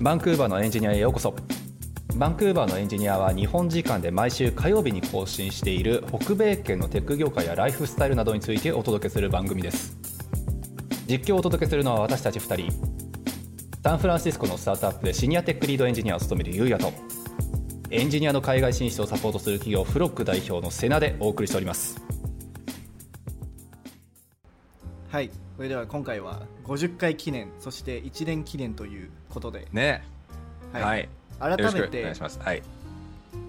バンクーバーのエンジニアへようこそバンクーバーのエンジニアは日本時間で毎週火曜日に更新している北米圏のテック業界やライフスタイルなどについてお届けする番組です実況をお届けするのは私たち2人サンフランシスコのスタートアップでシニアテックリードエンジニアを務めるゆうやとエンジニアの海外進出をサポートする企業フロック代表のセナでお送りしておりますはいそれでは今回は50回記念そして1年記念ということで、ねはい改よろしめくお願ていしますはい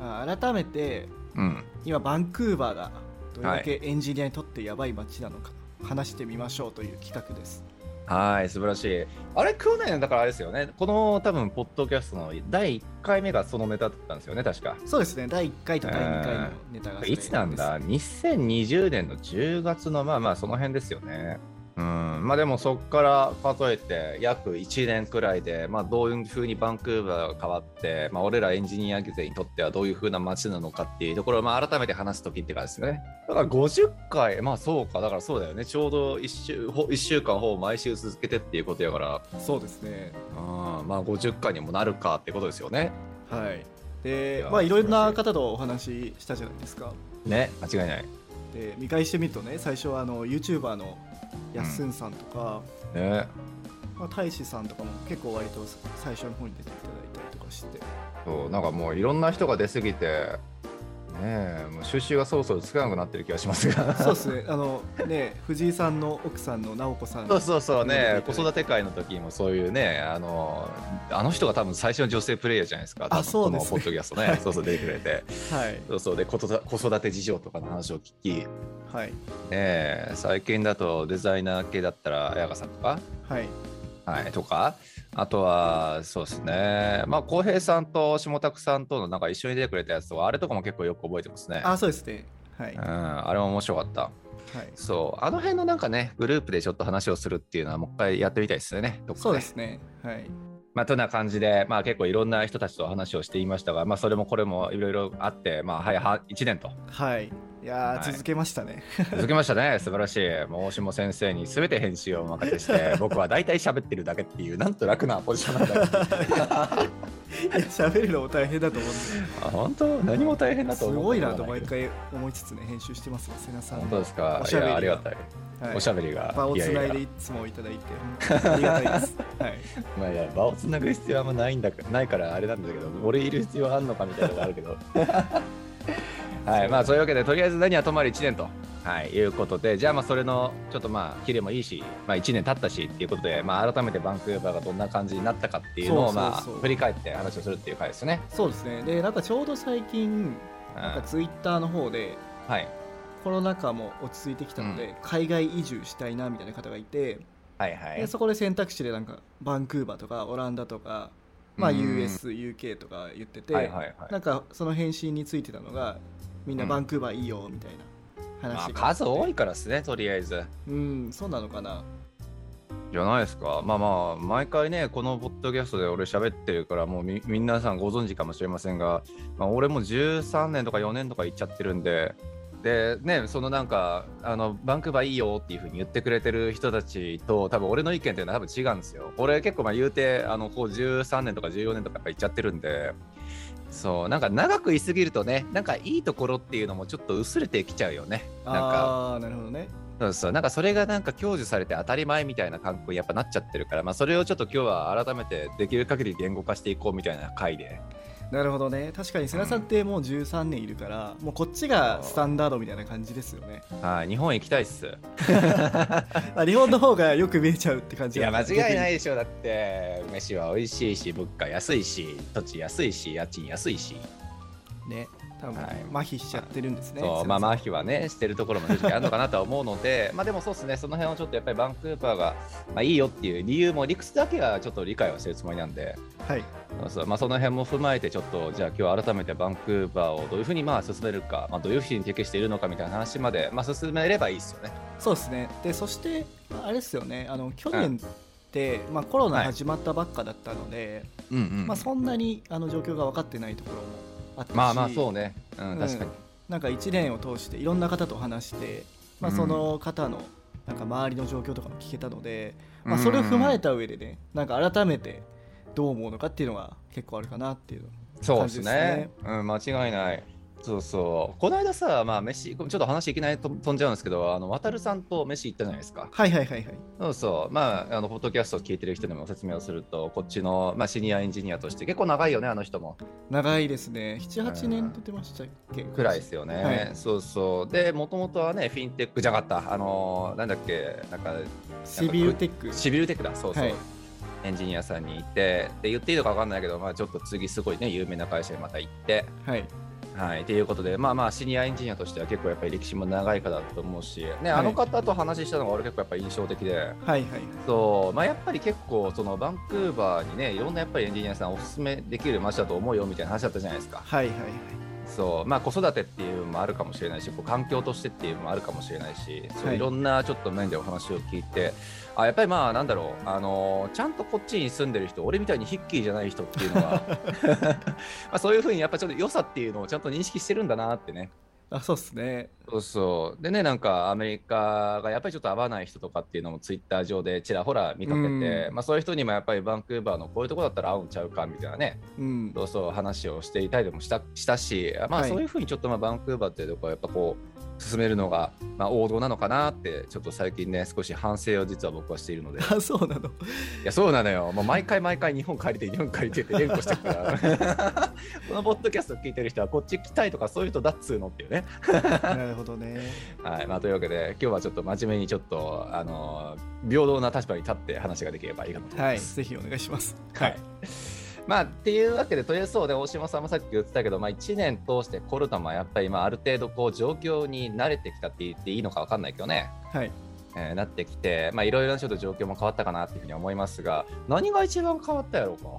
あ改めてうん今バンクーバーがどれだけエンジニアにとってやばい街なのか、話してみましょうという企画ですはい素晴らしいあれ去年だからあれですよねこの多分ポッドキャストの第1回目がそのネタだったんですよね確かそうですね第1回と第2回のネタがそれいつなんだ2020年の10月のまあまあその辺ですよねうんまあでもそこから数えて約1年くらいで、まあ、どういうふうにバンクーバーが変わって、まあ、俺らエンジニア勢にとってはどういうふうな街なのかっていうところを、まあ、改めて話す時って感じですねだから50回まあそうかだからそうだよねちょうど1週ほ一週間ほぼ毎週続けてっていうことやからそうですねうんまあ50回にもなるかってことですよねはいいでやまあいろんな方とお話ししたじゃないですかね間違いないで見返してみるとね最初はあの YouTuber のやっすんさんとか、ねまあ、大志さんとかも結構割と最初の方に出ていただいたりと かしてそうなんかもういろんな人が出過ぎてねえもう収集がそろそろつかなくなってる気がしますがそうですね、あのね、藤井さんの奥さんの直子さん。そうそうそうね うん子育て会の時もそういうねあのあの人が多分最初の女性プレイヤーじゃないですかあそうでのすねポッドキャストね、 はいそうそう出てくれてはい、そうそうでことた子育て事情とかの話を聞き、ねはい、え、最近だとデザイナー系だったら彩香さんとかはい、はい、とかあとはそうですねまあ浩平さんと下拓さんとのなんか一緒に出てくれたやつとかあれとかも結構よく覚えてますねあ、そうですね、はい、うんはい、あれも面白かったそうあの辺のなんかねグループでちょっと話をするっていうのはもう一回やってみたいですよねどっかそうですね、はい、まあというような感じでまあ結構いろんな人たちと話をしていましたがまあそれもこれもいろいろあってまあはいは1年とはい、いやー、はい続けましたね。 続きましたね 素晴らしいもう大下先生に全て編集をお任せして僕は大体喋ってるだけっていうなんと楽なポジションなんだけどいや、喋るのも大変だと思って、あ本当何も大変だすと思うごいなと毎毎回回思いつつね、編集してますよ、瀬名さん。本当ですかおしいゃべやりがありがたい、はいおしゃべりが場をつないやでいいつもいただいて、本当にありがたいです。 はい、やまあいや場をつなぐ必要はあんまないんだかないからあれなんだけど俺いる必要あんのかみたいなのがあるけ どはいまあそういうわけでとりあえず何はとまり1年と、はい、いうことでじゃあまあそれのちょっとまあキレもいいし、まあ、1年経ったしっていうことで、まあ、改めてバンクーバーがどんな感じになったかっていうのをそうそうまあそう振り返って話をするっていう回ですね、そうですね、で、なんかちょうど最近、うんなんかツイッターの方で、はい、コロナ禍も落ち着いてきたので、海外移住したいなみたいな方がいて、はいはいでそこで選択肢でなんかバンクーバーとかオランダとか、まあ、うん USUK とか言ってて、はいはいはいなんかその返信についてたのがみんなバンクーバーいいよみたいまあ、な話があって数多いからですねとりあえずうんそうなのかなじゃないですか。まあまあ、毎回ね、このポッドキャストで俺喋ってるから、もうみ皆さんご存知かもしれませんが、まあ、俺も13年とか4年とか行っちゃってるんで、で、ね、そのなんか、あの、バンクーバーいいよっていうふうに言ってくれてる人たちと、多分俺の意見っていうのは多分違うんですよ。俺結構まあ言うて、あの、こう13年とか14年とかやっぱ行っちゃってるんで、そう、なんか長く居すぎるとね、なんかいいところっていうのもちょっと薄れてきちゃうよね。なんか、ああーなるほどねそうそうなんかそれがなんか享受されて当たり前みたいな感覚にやっぱなっちゃってるから、まあ、それをちょっと今日は改めてできる限り言語化していこうみたいな回でなるほどね確かに瀬名さんってもう13年いるから、もうこっちがスタンダードみたいな感じですよねはい日本行きたいっすあ日本の方がよく見えちゃうって感いじや間違いないいでしょだって飯は美味しいし物価安いし土地安いし家賃安いし、ね多分、はい麻痺しちゃってるんですねそう瀬ま名あさん麻痺はねしてるところも正直あるのかなとは思うの でまあでもそうですねその辺をちょっとやっぱりバンクーバーが、まあ、いいよっていう理由も理屈だけはちょっと理解はしてるつもりなんではいそうそうまあ、その辺も踏まえてちょっとじゃあ今日改めてバンクーバーをどういうふうにまあ進めるか、まあ、どういうふうに適しているのかみたいな話まで、まあ、進めればいいですよね。そうですねでそしてあれですよねあの去年って、まあ、コロナ始まったばっかだったので、うんうんまあ、そんなにあの状況が分かってないところもあったし、まあまあそうね、うんうん確かに、なんか1年を通していろんな方と話して、まあ、うんその方のなんか周りの状況とかも聞けたので、まあ、それを踏まえた上でねなんか改めてどう思うのかっていうのが結構あるかなっていうそうですねね。うん、間違いない。そうそう。この間さ、まあ、飯、ちょっと話いきなりと飛んじゃうんですけど、あの、渡るさんと飯行ったじゃないですか。はいはいはいはいそうそう。まあ、あの、ポッドキャストを聞いてる人にも説明をすると、こっちの、まあ、シニアエンジニアとして、結構長いよね、あの人も。長いですね78年と出ましたっけくらいですよね。はいそうそう。で、もともとはね、フィンテックじゃなかった。あの、なんだっけ、なんか、シビルテックシビルテックだ、そうそう。はいエンジニアさんに行って、で、言っていいのか分かんないけど、まあ、ちょっと次すごいね、有名な会社にまた行って、はいはい、ということで、まあまあ、シニアエンジニアとしては結構やっぱり歴史も長い方だと思うし、ね、あの方と話したのが俺結構やっぱ印象的で、はいはいそう、まあやっぱり結構、そのバンクーバーにね、いろんなやっぱりエンジニアさんおすすめできる街だと思うよみたいな話だったじゃないですか。はいはいはいそう、まあ子育てっていうのもあるかもしれないし、こう環境としてっていうのもあるかもしれないし、そはういいろんなちょっと面でお話を聞いて、あ、やっぱりまあなんだろう、あのーちゃんとこっちに住んでる人、俺みたいにヒッキーじゃない人っていうの は、 まあそういうふうにやっぱちょっと良さっていうのをちゃんと認識してるんだなってね。あそうですねそうそう。でね、なんかアメリカがやっぱりちょっと合わない人とかっていうのもツイッター上でちらほら見かけて、うんまあそういう人にもやっぱりバンクーバーのこういうとこだったら合うんちゃうかみたいなね、うんそうそう話をしていたりでもしたしたし、まあはいそういうふうにちょっとまあバンクーバーっていうとこはやっぱこう、進めるのがまあ王道なのかなって、ちょっと最近ね、少し反省を実は僕はしている ので、あそ うなのいやそうなのよ、もう毎回毎回日本借りて、日本借りてって連呼してくから、 このポッドキャスト聞いてる人はこっち来たいとかそういう人だっつうのっていうね。なるほどねはいまあ、というわけで今日はちょっと真面目にちょっと、あのー平等な立場に立って話ができればいいかなと思いは まいす。ぜひお願いしますはいまあ、っていうわけでとりあえずそうで大島さんもさっき言ってたけど、まあ、1年通してコルタもやっぱり、まあ、ある程度こう状況に慣れてきたって言っていいのか分かんないけどね、はいえーなってきてまあいろいろなちょっと状況も変わったかなっていうふうに思いますが何が一番変わったやろうか。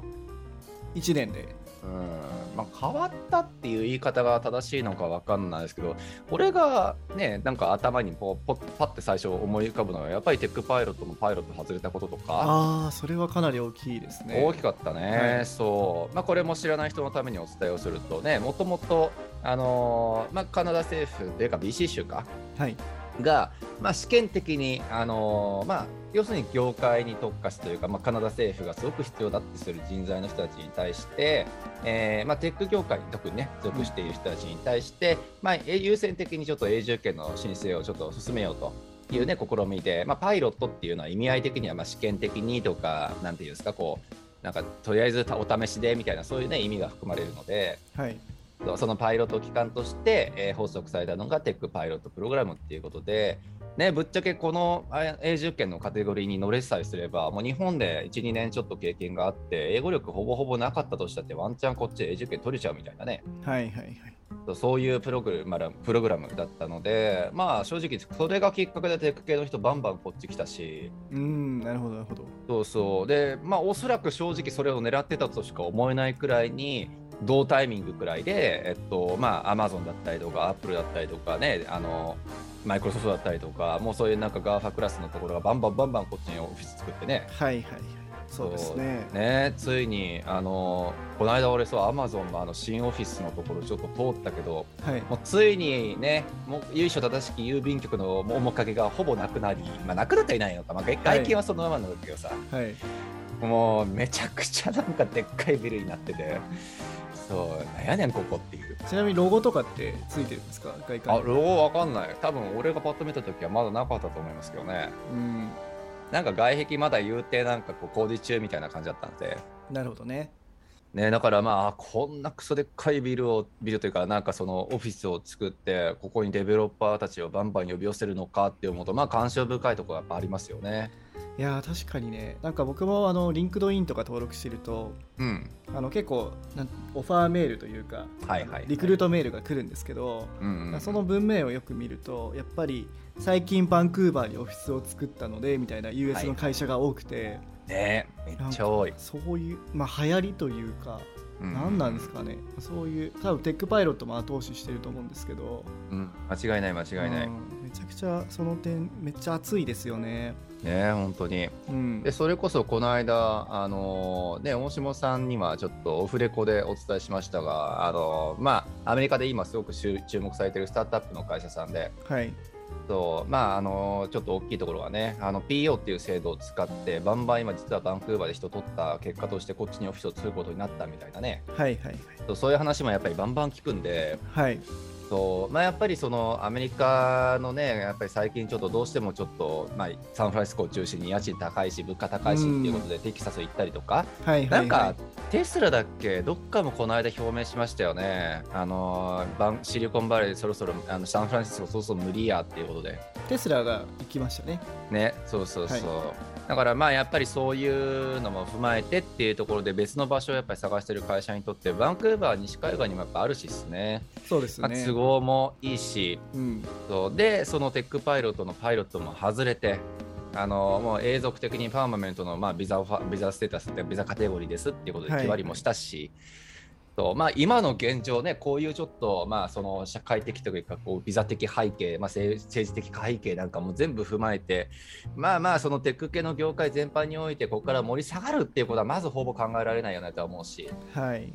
1年でうんまあ、変わったっていう言い方が正しいのかわかんないですけど俺がねなんか頭にこうポッパッて最初思い浮かぶのはやっぱりテックパイロットのパイロット外れたこととか、ああそれはかなり大きいですね大きかったね、はいそう、まあ、これも知らない人のためにお伝えをするとねもともと、あのーまあ、カナダ政府というか BC 州かはいが、まあ、試験的に、あのーまあ、要するに業界に特化したというか、まあ、カナダ政府がすごく必要だってする人材の人たちに対して、えーまあ、テック業界に特にね属している人たちに対して、まあ、え優先的にちょっと永住権の申請をちょっと進めようと。いうね、試みで、まあ、パイロットっていうのは意味合い的には、まあ、試験的にとか、なんていうんですか、こう、なんか、とりあえずお試しでみたいな、そういうね、意味が含まれるので、はいそのパイロット機関として、えー発足されたのがテックパイロットプログラムっていうことで、ね、ぶっちゃけこのあ永住権のカテゴリーに乗れさえすればもう日本で12年ちょっと経験があって英語力ほぼほぼなかったとしたってワンチャンこっちで永住権取れちゃうみたいなねはいはいはいそうそういうプログラムプログラムだったのでまあ正直それがきっかけでテック系の人バンバンこっち来たしうんなるほどなるほどそうそうでまあおそらく正直それを狙ってたとしか思えないくらいに同タイミングくらいでえっとまあ Amazon だったりとか Apple だったりとかねあのマイクロソフトだったりとかもうそういうなんか GAFA クラスのところがバンバンバンバンこっちにオフィス作ってねはいはいはいそうですねねついにあのこの間俺そう Amazon のあの新オフィスのところちょっと通ったけどはいもうついにねもう由緒正しき郵便局の面影がほぼなくなりまあなくなってはいないのかまあ外外見はそのままなんだけどさ、はいもうめちゃくちゃなんかでっかいビルになってて、そう、なんやねん、ここっていう。ちなみにロゴとかってついてるんですか外あ、観ロゴわかんない。多分俺がパッと見た時はまだなかったと思いますけどね。うんなんか外壁まだ言うて、なんかこう工事中みたいな感じだったんで。なるほどねね、だからまあこんなクソでっかいビルをビルというかなんかそのオフィスを作ってここにデベロッパーたちをバンバン呼び寄せるのかって思うとまあ感傷深いところがやっぱありますよね。いやー確かにねなんか僕もあのリンクドインとか登録してるとうん。あの結構なんオファーメールというか、はいはいはいリクルートメールが来るんですけど、うんうん、その文面をよく見るとやっぱり最近バンクーバーにオフィスを作ったのでみたいな US の会社が多くて、ねめっちゃ多い。そういう、まあ、流行りというか、うん何なんですかねそういう多分テックパイロットも後押ししてると思うんですけどうん、間違いない間違いない。うねんめちゃくちゃその点めっちゃ熱いですよね。本当に。うん、でそれこそこの間、あのね、大下さんにはちょっとオフレコでお伝えしましたが、あのまあ、アメリカで今すごく注注目されているスタートアップの会社さんで、はいそうまああのちょっと大きいところはねあの PO っていう制度を使ってバンバン今実はバンクーバーで人取った結果としてこっちにオフィスを作ることになったみたいなねはいはいそうそういう話もやっぱりバンバン聞くんではいはいそう、まあ、やっぱりそのアメリカのねやっぱり最近ちょっとどうしてもちょっと、まあ、サンフランシスコを中心に家賃高いし物価高いしっていうことでテキサス行ったりとか、はいなはいんか、テスラだっけどっかもこの間表明しましたよねあのバンシリコンバレーでそろそろあのサンフランシスコそろそろ無理やっていうことでテスラが行きましたねねそうそうそう、だからまあやっぱりそういうのも踏まえてっていうところで別の場所をやっぱり探してる会社にとってバンクーバー西海岸にもやっぱあるしですねそうですまあ都ね合もいいしうんそうでそのテックパイロットのパイロットも外れてあのもう永続的にパーマメントの、まあ、ビザオファビザステータスってビザカテゴリーですっていうことではい決まりもしたし、そうまあ、今の現状ねこういうちょっと、まあ、その社会的というかこうビザ的背景、まあ、政政治的背景なんかも全部踏まえてまあまあそのテック系の業界全般においてここから盛り下がるっていうことはまずほぼ考えられないよねとは思うし。はい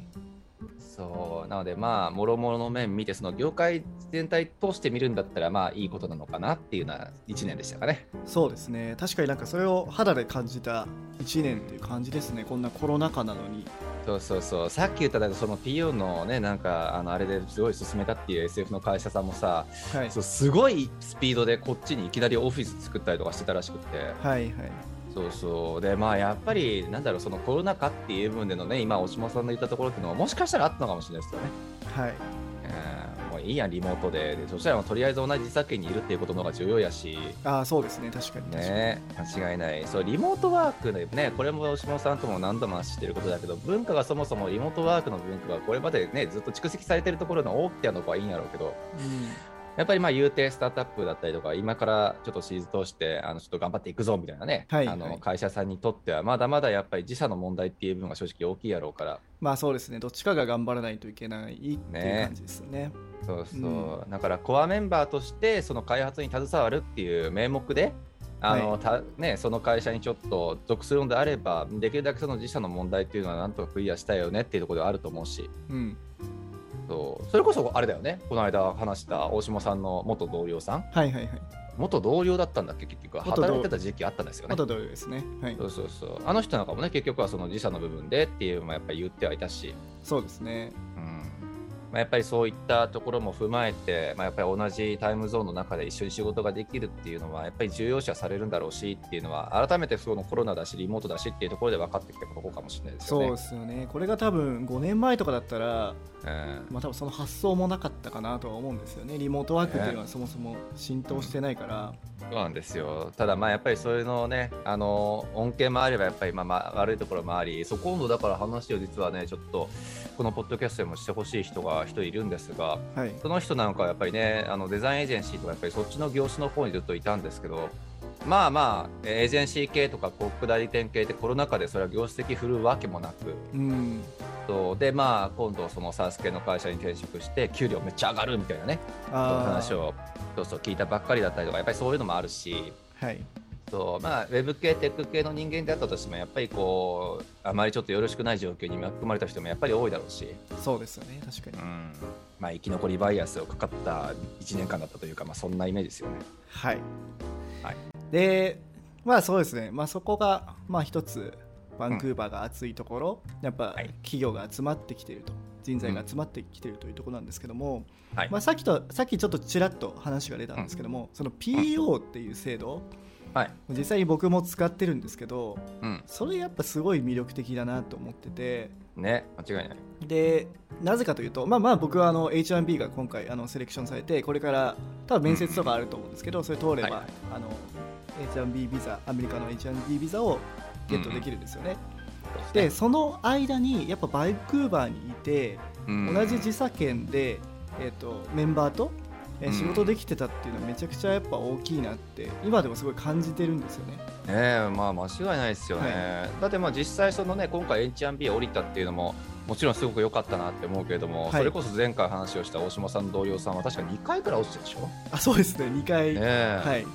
そうなのでまあもろもろの面見てその業界全体通して見るんだったらまあいいことなのかなっていうような1年でしたかね。そうですね確かになんかそれを肌で感じた1年っていう感じですねこんなコロナ禍なのにそうそうそうさっき言っただけどその PO のねなんかあのあれですごい進めたっていう SF の会社さんもさはいそうすごいスピードでこっちにいきなりオフィス作ったりとかしてたらしくてはいはいそうそうでまあやっぱりなんだろうそのコロナ禍っていう部分でのね今大島さんの言ったところっていうのはもしかしたらあったのかもしれないですよね。はいうんもういいやんリモートででそしたらとりあえず同じ作品にいるっていうことの方が重要やしああそうですね確かに確かに、ね間違いないそうリモートワークのねこれも下さんとも何度も話してることだけど文化がそもそもリモートワークの文化がこれまでねずっと蓄積されてるところの大きなのはいいんやろうけどうんやっぱりまあ言うてスタートアップだったりとか今からちょっとシリーズ通してあのちょっと頑張っていくぞみたいなね、はいあはのい会社さんにとってはまだまだやっぱり自社の問題っていう部分が正直大きいやろうからまあそうですねどっちかが頑張らないといけないっていう感じですねそうそう、だからコアメンバーとしてその開発に携わるっていう名目であの、はたね、その会社にちょっと属するのであればできるだけその自社の問題っていうのはなんとかクリアしたいよねっていうところではあると思うしうんそうそれこそあれだよねこの間話した大島さんの元同僚さんはいはいはい元元同僚だったんだっけ結局元同働いてた時期あったんですよね。同僚ですねはいそうそうそうあの人なんかもね結局はその自社の部分でっていうのもやっぱり言ってはいたし。そうですねうんまあ、やっぱりそういったところも踏まえて、まあ、やっぱり同じタイムゾーンの中で一緒に仕事ができるっていうのはやっぱり重要視はされるんだろうしっていうのは改めてそのコロナだしリモートだしっていうところで分かってきたことかもしれないですよそうね。ですよねこれが多分5年前とかだったらうんまあ多分その発想もなかったかなとは思うんですよねリモートワークっていうのはそもそも浸透してないから、そうなんですよただまあやっぱりそういうのをねあの恩恵もあればやっぱりまあまあ悪いところもありそこ今度だから話を実はねちょっとこのポッドキャストでもしてほしい人が一人いるんですがはいその人なんかはやっぱりねあのデザインエージェンシーとかやっぱりそっちの業種の方にずっといたんですけどまあまあエージェンシー系とか広告代理店系ってコロナ禍でそれは業績振るわけもなくうんそうでまあ今度そのサース系の会社に転職して給料めっちゃ上がるみたいなねあそういう話をーそうそう聞いたばっかりだったりとかやっぱりそういうのもあるし。はいそうまあ、ウェブ系、テック系の人間であったとしても、やっぱりこう、あまりちょっとよろしくない状況に巻き込まれた人もやっぱり多いだろうし、そうですよね確かにうんまあ、生き残りバイアスをかかった1年間だったというか、まあ、そんなイメージですよね。はい、はいでまあそうですね、まあ、そこがまあ一つバンクーバーが熱いところ、やっぱはい企業が集まってきていると人材が集まってきているというところなんですけども、はいまあ、さっきとさっきちょっとちらっと話が出たんですけども、その PO っていう制度はい実際に僕も使ってるんですけどうん、それやっぱすごい魅力的だなと思っててね間違いない。でなぜかというとまあまあ僕はあの H1B が今回あのセレクションされてこれから多分面接とかあると思うんですけどそれ通れば、はいはいあの H1B ビザアメリカの H1B ビザをゲットできるんですよね、でその間にやっぱバンクーバーにいてうん同じ時差圏で、えー、とメンバーとえーうん仕事できてたっていうのはめちゃくちゃやっぱ大きいなって今でもすごい感じてるんですよねねえまあ間違いないですよね、だってまあ実際そのね今回 H&B 降りたっていうのももちろんすごく良かったなって思うけれども、はいそれこそ前回話をした大島さんの同僚さんは確か2回くらい落ちたでしょ、ねあそうですね2回、えはい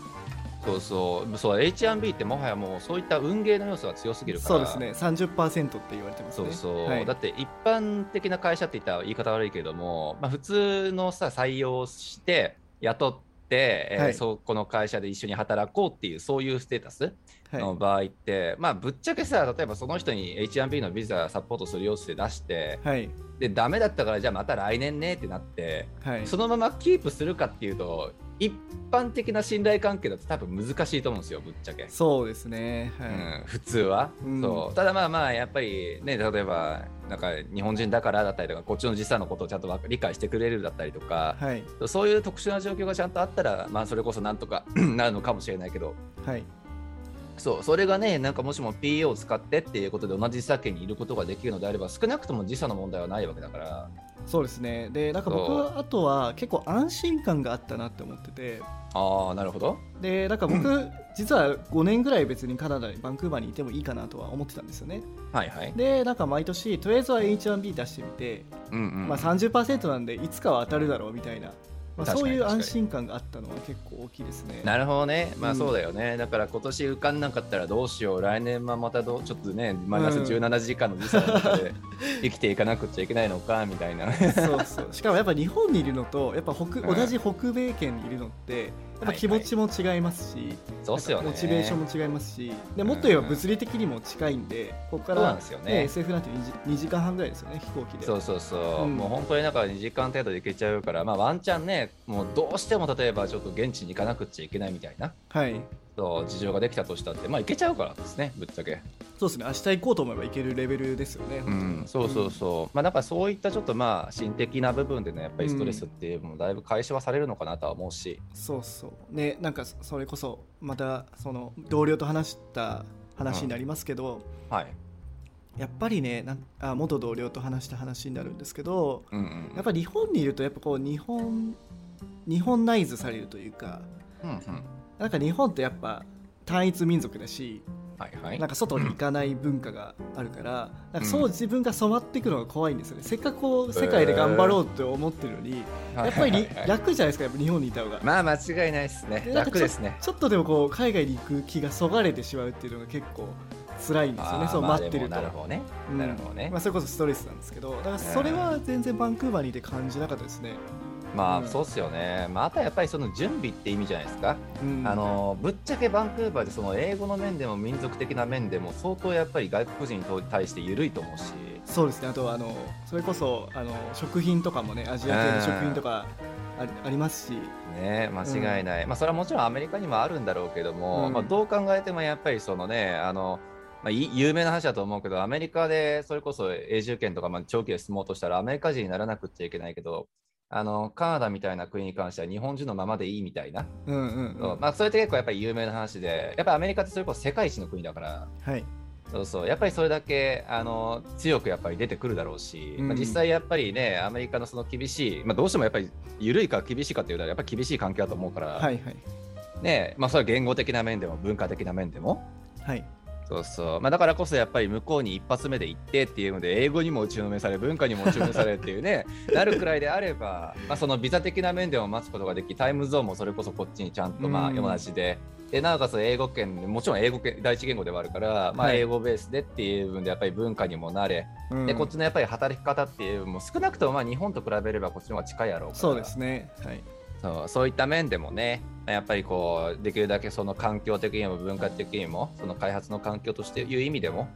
そうそうそう H&B ってもはやもうそういった運ゲーの要素が強すぎるからそうですね30%って言われてますそねうそう、はいだって一般的な会社って言ったら言い方悪いけれども、まあ、普通のさ採用して雇っって、えーはいそこの会社で一緒に働こうっていうそういうステータスはいの場合って、まあぶっちゃけさ例えばその人に H&B のビザサポートするよって出してはいでダメだったからじゃあまた来年ねってなってはいそのままキープするかっていうと一般的な信頼関係だと多分難しいと思うんですよぶっちゃけ。そうですねはうい、ん、普通は、うんそうただまあまあやっぱりね例えばなんか日本人だからだったりとかこっちの時差のことをちゃんとわか理解してくれるだったりとか、はいそういう特殊な状況がちゃんとあったらまあそれこそなんとかなるのかもしれないけどはいそうそれがねなんかもしも PA を使ってっていうことで同じ時差圏にいることができるのであれば少なくとも時差の問題はないわけだからそうですねでなんか僕そうはあとは結構安心感があったなって思っててああなるほどでなんか僕、実は5年ぐらい別にカナダにバンクーバーにいてもいいかなとは思ってたんですよねはいはいでなんか毎年とりあえずは H1B 出してみて、うんうんまあ、30%なんでいつかは当たるだろうみたいな、まあ、確そかうにいう確かに安心感があったのは結構大きいですねなるほどね、まうあんそうだよね、だから今年受かんなかったらどうしよう、来年はまたどうちょっとね、マイナス17時間の時差の中 で生きていかなくちゃいけないのかみたいな。そうそうしかもやっぱ日本にいるのとやっぱ北、ん同じ北米圏にいるのってやっぱ気持ちも違いますし、そうっすよね。なんかモチベーションも違いますしでもっと言えば物理的にも近いんでここかそうなんらで、すよね。ね SF なんて 2, 時時間半ぐらいですよね飛行機でそうそうそう、うんもう本当になんか2時間程度で行けちゃうから、まあ、ワンチャンね、もうどうしても例えばちょっと現地に行かなくちゃいけないみたいなはいそう事情ができたとしたって、まあ、行けちゃうからですね、ぶっちゃけ。そうですね明日行こうと思えば行けるレベルですよね、うん、そうそうそう、まあなんかそういったちょっとまあ心的な部分でね、やっぱりストレスっていうのもだいぶ解消はされるのかなとは思うし。そうそうねなんかそそれこそまたその同僚と話した話になりますけど、はいやっぱりねなんあ元同僚と話した話になるんですけどうんうんやっぱり日本にいるとやっぱこう日本日本ナイズされるというかうんうん、なんか日本ってやっぱ単一民族だしはいはいなんか外に行かない文化があるからなんかそう自分が染まっていくのが怖いんですよね、せっかくこう世界で頑張ろうと思ってるのに、やっぱりりはいはいはい楽じゃないですかやっぱ日本にいた方が。まあ間違いないですねでなんか楽ですねちょっとでもこう海外に行く気がそがれてしまうっていうのが結構辛いんですよねーそうまあ待ってるでと、もなるほどね、うんなるほどねまあ、それこそストレスなんですけどだからそれは全然バンクーバーにいて感じなかったですね、まあ、うんそうっすよね、まあ、あとはやっぱりその準備って意味じゃないですか、うんあのぶっちゃけバンクーバーでその英語の面でも民族的な面でも相当やっぱり外国人に対して緩いと思うしそうですねあとはあのそれこそあの食品とかもねアジア系の食品とかありありますしね間違いない、まあそれはもちろんアメリカにもあるんだろうけども、うんまあ、どう考えてもやっぱりそのねあのまあ、い有名な話だと思うけどアメリカでそれこそ永住権とかまあ長期で住もうとしたらアメリカ人にならなくちゃいけないけどあのカナダみたいな国に関しては日本人のままでいいみたいな、うんうんうんそうまあ、それって結構やっぱり有名な話でやっぱりアメリカってそれこそ世界一の国だからはいそうそうやっぱりそれだけあの強くやっぱり出てくるだろうし、うんまあ、実際やっぱりねアメリカのその厳しい、まあ、どうしてもやっぱり緩いか厳しいかっていうのはやっぱり厳しい環境だと思うから、はいはいねまあ、それは言語的な面でも文化的な面でも。はいそうそうまあ、だからこそやっぱり向こうに一発目で行ってっていうので英語にも打ちのめされ文化にも打ちのめされっていう ねなるくらいであれば、まあ、そのビザ的な面でも待つことができタイムゾーンもそれこそこっちにちゃんとまあうん同じで。でなおかつ英語圏もちろん英語圏第一言語ではあるから、まあ、はい英語ベースでっていう部分でやっぱり文化にもなれ、うんでこっちのやっぱり働き方っていう部分も少なくともまあ日本と比べればこっちの方が近いやろうからそうですねはいそうそういった面でもねやっぱりこうできるだけその環境的にも文化的にもその開発の環境としていう意味でも、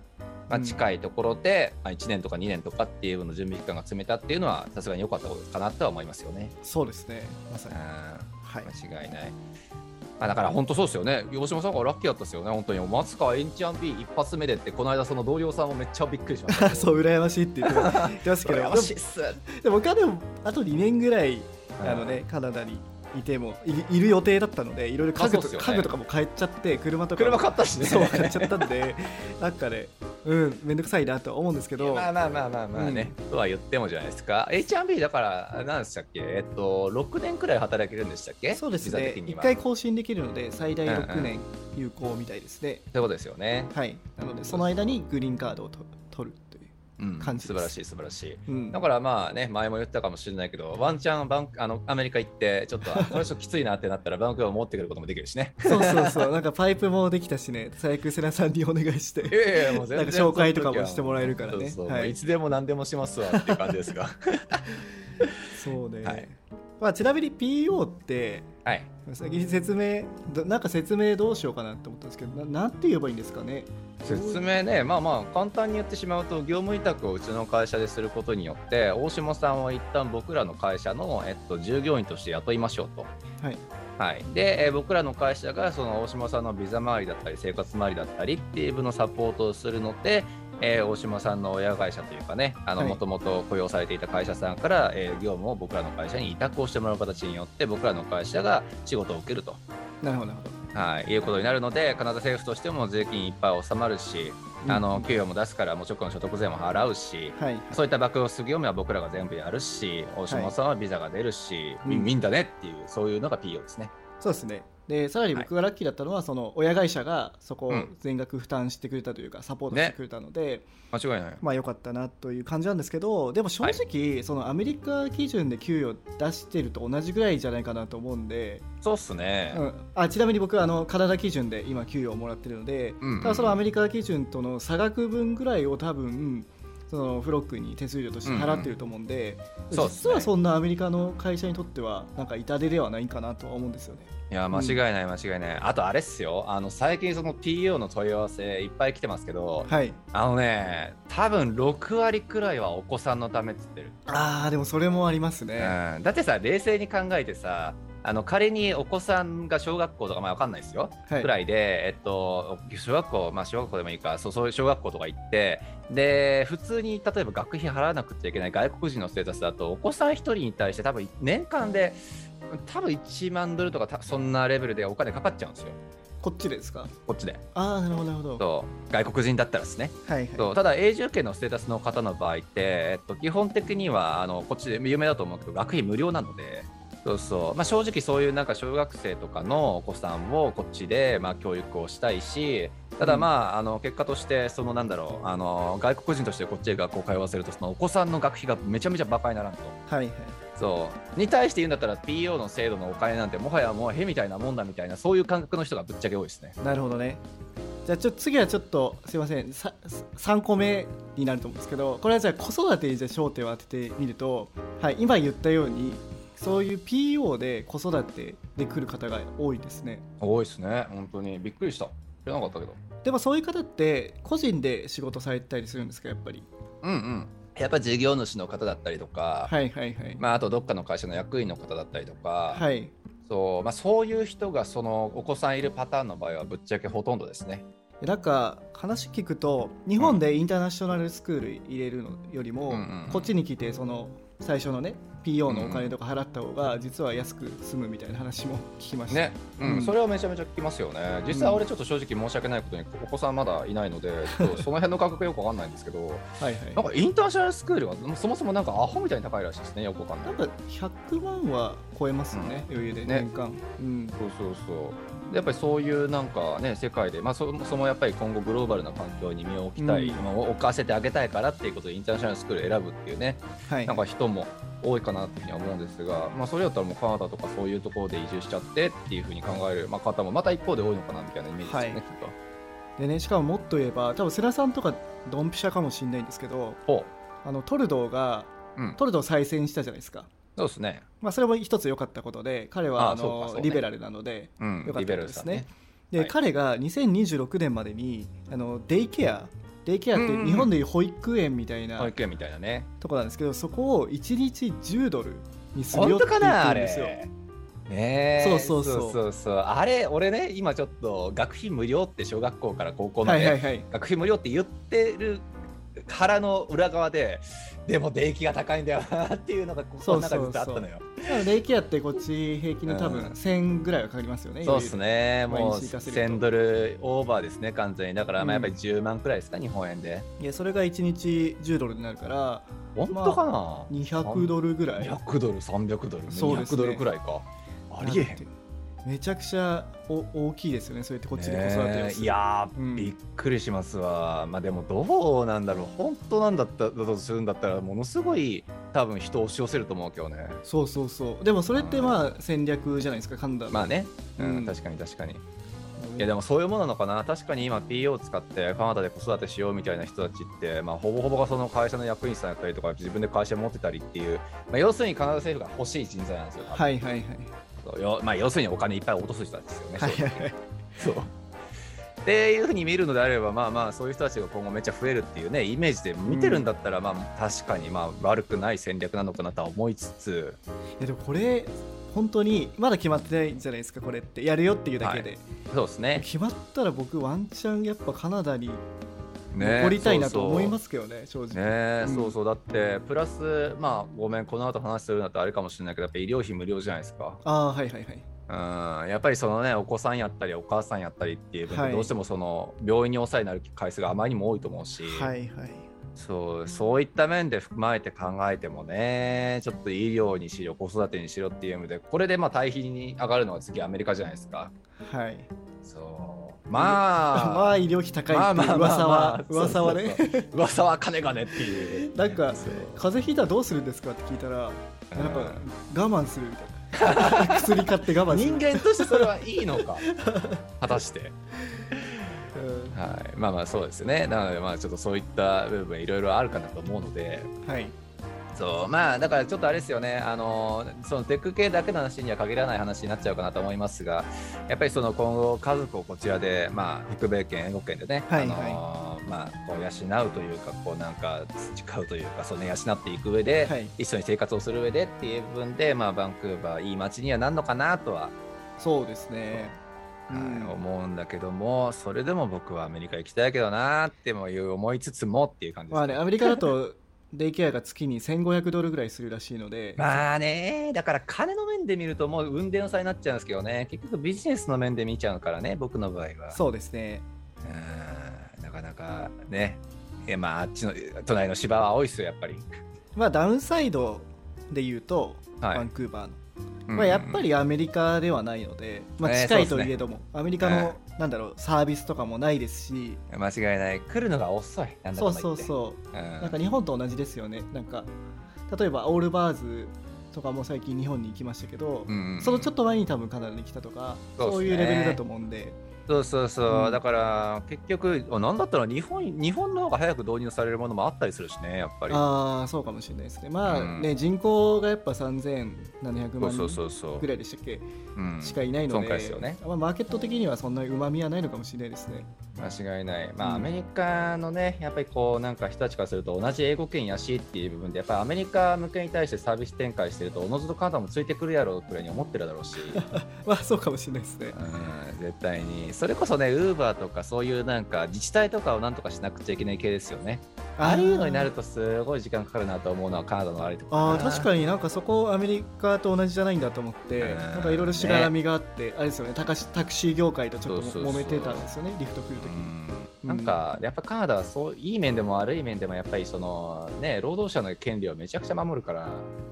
まあ、うん近いところで、まあ、1年とか2年とかっていうのを準備期間が詰めたっていうのはさすがに良かったことかなとは思いますよね。そうですねまさうんにはい間違いない、まあ、だから本当そうですよね大島さんがラッキーだったですよね本当に松川エンチャン B 一発目でってこの間その同僚さんもめっちゃびっくりしましたそう羨ましい って言ってます言ってます けど羨ましいっすでも僕はでもあと2年ぐらいうんあの、ね、カナダにいてもいいる予定だったのでいろいろ家具あそうっと,、すよね家具とかも買っちゃって車とかも車買ったしねそう買っちゃったんでなんかねうん面倒くさいなとは思うんですけど、まあまあまあまあまあね、とは言ってもじゃないですか H&B だから何でしたっけえっと6年くらい働けるんでしたっけそうですビザね的に1は回更新できるので最大うんうん6年有効みたいですね、そういうことですよね、はいなのでその間にグリーンカードをと取るという、うん、感素じです晴らしい素晴らしいうんだからまあね前も言ったかもしれないけどワンチャンバンクあのアメリカ行ってちょっとあこれちょっときついなってなったらバンクを持ってくることもできるし ねそうそうそうなんかパイプもできたしね最悪セナさんにお願いしていやいやもう全なん然か紹介とかもしてもらえるからねそうそうはい い、つでも何でもしますわっていう感じですがそうね、はいまあ、ちなみに PO ってはい。先に説明どなんか説明どうしようかなって思ったんですけどななんて言えばいいんですかね説明ね、まあまあ、簡単に言ってしまうと、業務委託をうちの会社ですることによって、大下さんは一旦僕らの会社の、えっと、従業員として雇いましょうと。はいはい、で、えー僕らの会社がその大島さんのビザ周りだったり、生活周りだったりっていう部のサポートをするので、えー大島さんの親会社というかね、はいもともと雇用されていた会社さんから、えー業務を僕らの会社に委託をしてもらう形によって、僕らの会社が仕事を受けると。なるほどなるほどはい、いうことになるので、カナダ政府としても税金いっぱい収まるし、うんあの給与も出すから、もちろん所得税も払うし、はいそういった爆用する業務は僕らが全部やるし、大島さんはビザが出るし、うんみみんだねっていう、そういうのが PO ですね。そうですねでさらに僕がラッキーだったのは、その親会社がそこをうん全額負担してくれたというか、サポートしてくれたので、間違いない。まあ良かったなという感じなんですけどでも正直、そのアメリカ基準で給与出してると同じぐらいじゃないかなと思うんで、そうっすね。うん、あちなみに僕はあのカナダ基準で今給与をもらってるので、うんうんただそのアメリカ基準との差額分ぐらいを多分そのフロックに手数料として払ってると思うんで、そうっす実ねはそんなアメリカの会社にとってはなんか痛手ではないかなとは思うんですよね。いや、間違いない、間違いない。あと、あれっすよ。あの、最近、その PO の問い合わせいっぱい来てますけど、はい、あのね、多分6割くらいはお子さんのためって言ってる。あーでもそれもありますね。うんだってさ冷静に考えてさあの仮にお子さんが小学校とかまあ分かんないですよ、はいくらいで、えっと、小学校、まあ、小学校でもいいかそうそういう小学校とか行ってで普通に例えば学費払わなくちゃいけない外国人のステータスだとお子さん1人に対して多分年間で多分1万ドルとかたそんなレベルでお金かかっちゃうんですよこっちですかこっちでああなるほどなるほど。そう外国人だったらですねはいはいそうただ永住権のステータスの方の場合って、えっと、基本的にはあのこっちで有名だと思うけど学費無料なので。そうそうまあ、正直そういうなんか小学生とかのお子さんをこっちでまあ教育をしたいしただまああの結果としてそのなんだろうあの外国人としてこっちで学校通わせるとそのお子さんの学費がめちゃめちゃバカにならんとはいはい。そうに対して言うんだったら PO の制度のお金なんてもはやもうへみたいなもんだみたいなそういう感覚の人がぶっちゃけ多いですねなるほどね。じゃあちょ次はちょっとすいませんさ3個目になると思うんですけどこれはじゃあ子育てにじゃあ焦点を当ててみると、はい、今言ったようにそういう PO で子育てで来る方が多いですね多いですね本当にびっくりした知らなかったけどでもそういう方って個人で仕事されてたりするんですかやっぱりうんうん、やっぱ事業主の方だったりとか、はいはいはい、まあ、あとどっかの会社の役員の方だったりとか、はいそうまあ、そういう人がそのお子さんいるパターンの場合はぶっちゃけほとんどですね。なんか話聞くと日本でインターナショナルスクール入れるのよりも、うんうんうんこっちに来てその最初のね PO のお金とか払った方が実は安く済むみたいな話も聞きました、ね、うんうんそれはめちゃめちゃ聞きますよね。実際俺ちょっと正直申し訳ないことにお子さんまだいないの で、ちょっとその辺の感覚よくわかんないんですけど、はいはいなんかインターナショナルスクールはそもそもなんかアホみたいに高いらしいですね、よくわかんなないん。か100万は超えますよね、余裕でね年間、うんそうそうそうでやっぱりそういうなんかね世界で、まあ、そもそもやっぱり今後グローバルな環境に身を置きたい、うんまあ置かせてあげたいからっていうことでインターナショナルスクール選ぶっていうねはいなんか人も多いかなっていうふうには思うんですが、まあ、それだったらもうカナダとかそういうところで移住しちゃってっていうふうに考える、まあ、方もまた一方で多いのかなみたいなイメージですよね、はいきっと。でねしかももっと言えば多分世良さんとかドンピシャかもしれないんですけどほあのトルドーがう、うん、トルドー再選したじゃないですか、そうですね、まあ、それも一つ良かったことで彼はああそうかのそうねリベラルなのでうん、良かリっベたラルでことですすねね。はでい彼が2026年までにあのデイケアデイケアっうんうんうてん日本でいう保育園みたいな保育園みたいなね。とこなんですけどそこを1日10ドルにするよ本って当言かっなてあるんれですよ。ねえそうそうそそううそうそうあれ俺ね今ちょっと学費無料って小学校から高校まはで、いはいはい学費無料って言ってる腹の裏側ででも電気が高いんだよなっていうのがここの中でずっとあったのよだからデイケアってこっち平均で多分うん1000ぐらいはかかりますよね。そうですね毎日もう行かせると1000ドルオーバーですね完全にだからまあやうっぱんり10万くらいですか、日本円でいやそれが1日10ドルになるから本当かな、 200ドルぐらい。 200ドル300ドル、そうです200ねドルくらいかありえへんめちゃくちゃお大きいですよねそうやってこっちで子育てをねすえる。いやー、うんびっくりしますわまあでもどうなんだろう本当なんだっただとするんだったらものすごい多分人を押し寄せると思うけどねそうそうそうでもそれってまあ戦略じゃないですかカナダのまあね、うんうん確かに確かにめいやでもそういうものなのかな確かに今 PO を使ってカナダで子育てしようみたいな人たちって、まあ、ほぼほぼがその会社の役員さんやったりとか自分で会社持ってたりっていう、まあ、要するにカナダ政府が欲しい人材なんですよ、はいはいはいそうよまあ、要するにお金いっぱい落とす人たちですよね、はい正はい直はいそう。っていうふうに見るのであれば、まあまあ、そういう人たちが今後めっちゃ増えるっていうね、イメージで見てるんだったら、まあ確かにまあ悪くない戦略なのかなとは思いつつ、いやでもこれ本当にまだ決まってないんじゃないですかこれってやるよっていうだけで、そうですね。決まったら僕ワンチャンやっぱカナダにね。残りたいなと思いますすけどね正直ねえうんそうそう、だって、プラス、まあ、ごめん、この後話するのってあれかもしれないけど、やっぱ医療費無料じゃないですか。ああはいはいはいうん、やっぱりそのね、お子さんやったり、お母さんやったりっていう分で、はいどうしてもその病院にお世話になる回数があまりにも多いと思うし、はいはいそうそういった面で踏まえて考えてもねちょっと医療にしろ子育てにしろっていうのでこれでまあ対比に上がるのは次アメリカじゃないですかはいそう ままああ医療費高いっていう噂は噂はねそうそうそう噂は金がねっていうなんかそう風邪ひいたらどうするんですかって聞いたらやっぱうん我慢するみた いな薬買って我慢する人間としてそれはいいの か果たしてうんはいまあまあそうですねなのでまあちょっとそういった部分いろいろあるかなと思うのではいそうまあだからちょっとあれですよねあのそのテック系だけの話には限らない話になっちゃうかなと思いますがやっぱりその今後家族をこちらでまあ北米圏英語圏でね、はいあのまあこう養うというかこうなんか培うというかその養っていく上で、はい一緒に生活をする上でっていう部分でまあバンクーバーいい街にはなんのかなとは、そうですねはいうん思うんだけどもそれでも僕はアメリカ行きたいけどなーってもいう思いつつもっていう感じですまあねアメリカだとデイケアが月に1500ドルぐらいするらしいので、まあね、だから金の面で見るともう運転の差になっちゃうんですけどね、結局ビジネスの面で見ちゃうからね、僕の場合は。そうですねうんなかなかね、えまああっちの隣の芝は青いっすよ、やっぱり。まあダウンサイドで言うと、はいバンクーバーの、うんまあ、やっぱりアメリカではないので、まあ、えー近いそうとですねいえども、アメリカの、なんだろうサービスとかもないですし間違いない、来るのが遅い、なんだそかうんだそ言っうてそううなんかん日本と同じですよねなんか例えばオールバーズとかも最近日本に行きましたけど、うんうんそのちょっと前に多分カナダに来たとかそうそう,、っすねいうレベルだと思うんでそうそうそう、うんだから結局、あなんだったら日本日本の方が早く導入されるものもあったりするしね、やっぱり。ああそうかもしれないですねまあ、うんね人口がやっぱそうそ3700万うそ人うそうぐ。らいでしたっけうんしかいないのうんで,、そうですよねまあ、マーケット的にはそんなうまみはないのかもしれないですね 間違いない、まあ、うアんメリカのね、やっぱりこうなんか人たちからすると同じ英語圏やしっていう部分でやっぱりアメリカ向けに対してサービス展開してるとおのずとカナダもついてくるやろうくらいに思ってるだ ろうし、まあそうかもしれないですねうん、絶対にそれこそねウーバーとかそういうなんか自治体とかをなんとかしなくちゃいけない系ですよねああいうのになるとすごい時間かかるなと思うのはカナダのあれとかあー確にかになんかそこアメリカと同じじゃないんだと思ってうんなんかいろいろしがらみがあって、あれですよねタカシタクシー業界とちょっとそうそうそう揉めてたんですよねリフト来るときに、なんかやっぱカナダはそういい面でも悪い面でもやっぱりそのね労働者の権利をめちゃくちゃ守るから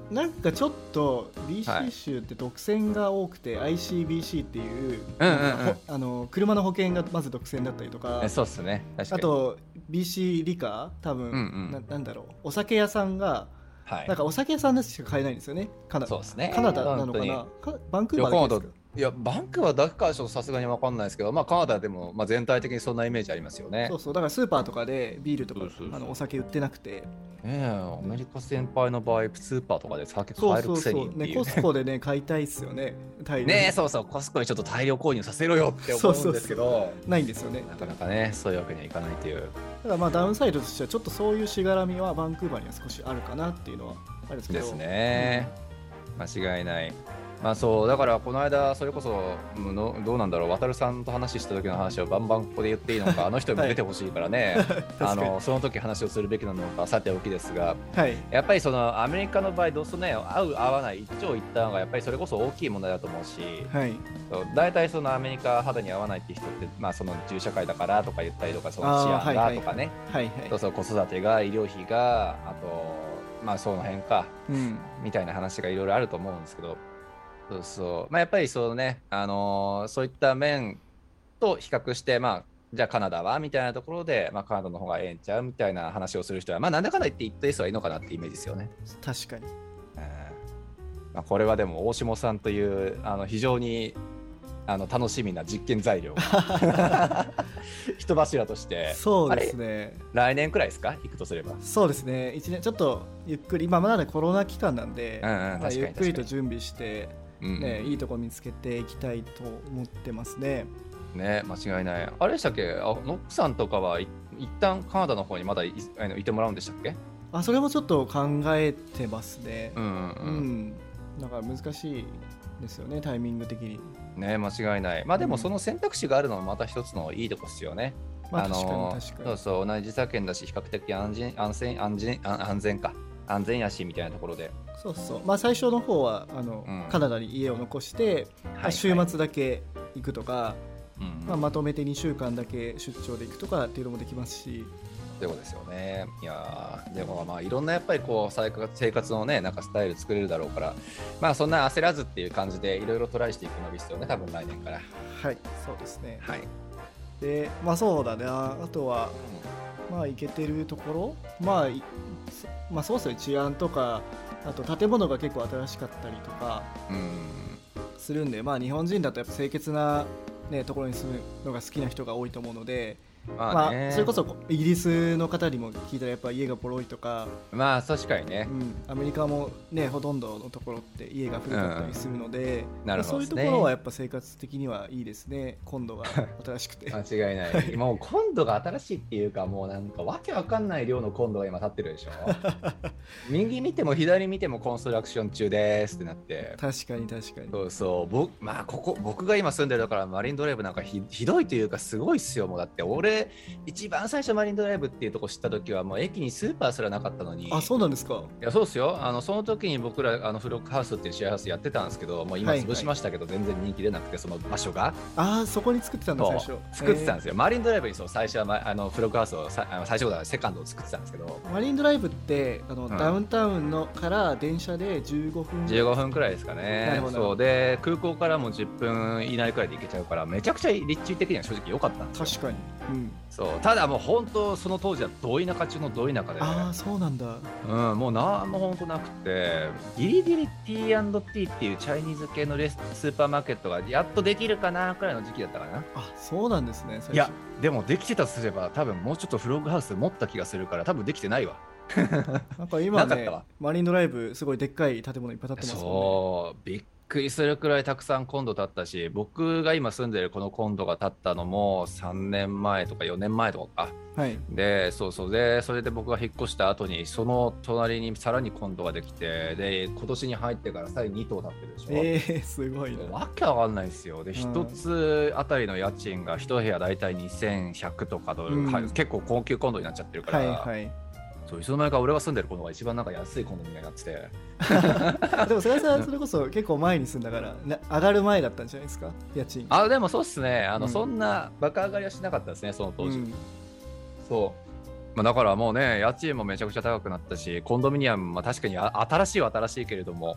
なんかちょっとは BC い州って独占が多くて、ICBC っていう,、うんうんうんほあの車の保険がまず独占だったりとかえそうっすね確かあにと BC 理科多分、うんうんななんだろうお酒屋さんがはいなんかお酒屋さんでしか買えないんですよねカナそうダですね。カナダなのかな本かバンク当ーに。旅バー行だだけですかいやバンクーバーだけからちょっとさすがにわかんないですけど、まあカナダでもまあ全体的にそんなイメージありますよねそう。そうだからスーパーとかでビールとかそうそうそうあのお酒売ってなくてねえアメリカ先輩の場合スーパーとかで酒そ買えうそるうくせそにう、ってね、いうコ。スコでね買いたいっすよね大量にねえそうそうコスコにちょっと大量購入させろよって思うんですけそうど。ないんですよねなかなかねそういうわけにはいかないという。ただまあダウンサイドとしてはちょっとそういうしがらみはバンクーバーには少しあるかなっていうのはあるんですけでどすね、間違いないまあそうだからこの間それこそうんのどうなんだろう渡さんと話した時の話をバンバンここで言っていいのかあ の人にも出てほしいからね、かあにのその時話をするべきなのかさておきですがはいやっぱりそのアメリカの場合どうすね合う合わない一長一短がやっぱりそれこそ大きい問題だと思うしはいそう大体そのアメリカ肌に合わないって人ってまあその銃社会だからとか言ったりとかその治あー安はいはがいとかねはいそはうそう子育てが医療費があとまあその辺かいうんみたいな話がいろいろあると思うんですけど、そうそう、まあ、やっぱりそのね、あのーそういった面と比較して、まあ、じゃあカナダはみたいなところで、まあ、カナダの方がええんちゃうみたいな話をする人は、まあ、なんだかんだ言って一定数はいいのかなってイメージですよね。確かにうんまあ、これはでも大下さんというあの非常にあの楽しみな実験材料が人柱としてそうですね来年くらいですか行くとすればそうですね一年ちょっとゆっくり今まだねコロナ期間なんで、うんうんまあ確かにゆっくりと準備して、うんねいいとこ見つけていきたいと思ってますねね間違いないあれでしたっけあノックさんとかはい一旦カナダの方にまだいあのいてもらうんでしたっけあそれもちょっと考えてますねうんうんう、うんんだから難しいですよねタイミング的にね間違いないまあでうもんその選択肢があるのもまた一つのいいとこっすよね、まあ、の確かに確かそにうそう同じ時差圏だし比較的安全安全安全安安全か安全やしみたいなところで、そうそうまあ最初の方はあの、うんカナダに家を残して、はいまあ週、末だけ行くとか、うんまあ、まとめて2週間だけ出張で行くとかっていうのもできますしということですよね。いやーでもまあいろんなやっぱりこう生活生活のねなんかスタイル作れるだろうからまあそんな焦らずっていう感じでいろいろトライしていくのがいいですよね多分来年から。はいそうですねはい。でまあそうだなあとはまあ行けてるところまあいそまあそうですね治安とかあと建物が結構新しかったりとかうん。するんでまあ日本人だとやっぱ清潔な、ね、ところに住むのが好きな人が多いと思うので、ままあ、ねあ、それこそイギリスの方にも聞いたらやっぱ家がボロいとか、まあ確かにねう。ん、アメリカもねほとんどのところって家が古かったりするので、なるまあそほどでういうすとねころはやっぱ生活的にはいいですね今度は新し くて。間違いない。 もう今度が新しいっていうかもうなんかわけわかんない量の今度が今立ってるでし ょ。右見ても左見てもコンストラクション中ですってなって。確かに確かにそうそう僕まあここ僕が今住んでるだからマリンドライブなんかひひどいというかすごいっすよもうだって俺一番最初マリンドライブっていうとこ知った時はもう駅にスーパーすらなかったのにあそうなんですかいやそうですよあのその時に僕らあのフロックハウスっていうシェアハウスやってたんですけどもう今はいはい潰しましたけど、全然人気出なくてその場所がああそこに作ってたんだそ最う初作ってたんでですよ、マリンドライブにそう最初はまあのフロックハウスをさあの最初はセカンドを作ってたんですけどすマリンドライブってあの、うんダウンタウンのから電車で15分15分くらいですかねなるほどそうで空港からも10分以内くらいで行けちゃうからめちゃくちゃ立地的には正直良かったんですよ確かに、うん、そうただもう本当その当時はど田舎中のど田舎で、ああそうなんだうん、もう何も本当なくてギリギリ T&T っていうチャイニーズ系のレススーパーマーケットがやっとできるかなくらいの時期だったかなあそうなんですね最初いやでもできてたとすれば多分もうちょっとフロッグハウス持った気がするから多分できてないわなんか今なかっねたわマリンドライブすごいでっかい建物いっぱい建ってますもそうびっくりするくらいたくさんコンド建ったし僕が今住んでるこのコンドが建ったのも3年前とか4年前とかかんねはいでそうそうでそれで僕が引っ越した後にその隣にさらに今度ができてで今年に入ってからさらに2棟建ってるでしょ、えー、すごいなわけわかんないんですよでん1つあたりの家賃が1部屋大体2100とかドル、うんはい結構高級コンドになっちゃってるから、はいはいそういつの間にか俺が住んでるコンドが一番なんか安いコンドみたいになっててでもそれ はそれこそ結構前に住んだからな上がる前だったんじゃないですか家賃あでもそうっすねあの、うんそんなバカ上がりはしなかったですねその当時、うんそう、まあ、だからもうね家賃もめちゃくちゃ高くなったしコンドミニアムも確かにあ新しいは新しいけれども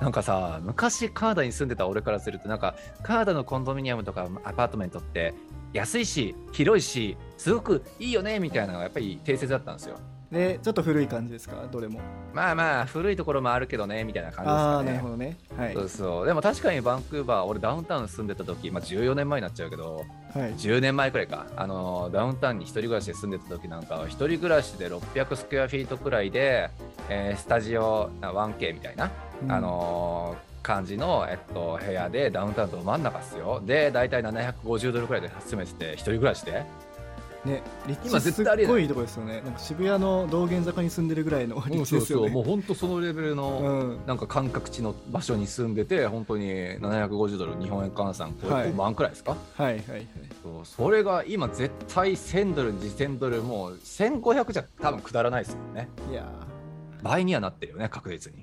なんかさ昔カナダに住んでた俺からするとなんかカナダのコンドミニアムとかアパートメントって安いし広いしすごくいいよねみたいなのがやっぱり定説だったんですよでちょっと古い感じですかどれもまあまあ古いところもあるけどねみたいな感じですああかーねなるほどねはい、そうそうでも確かにバンクーバー俺ダウンタウン住んでた時、まあ、14年前になっちゃうけどはい、 10年前くらいか、あのダウンタウンに一人暮らしで住んでた時なんかは一人暮らしで600スクエアフィートくらいで、えースタジオあ 1K みたいな、うんあのー感じの、えっと、部屋でダウンタウンど真ん中っすよで大体750ドルくらいで住めてて一人暮らしでね、立今地絶すっ対ありえないごいいいとこですよね。なんか渋谷の道玄坂に住んでるぐらいの立地ですよね。もう本当そのレベルの、うん、なんか感覚地の場所に住んでて本当に750ドル日本円換算これはい5万くらいですか、はいはいはい。そうそれが今絶対1000ドル2000ドルもう1500じゃ多分くだらないですもんねいや倍にはなってるよね確実にー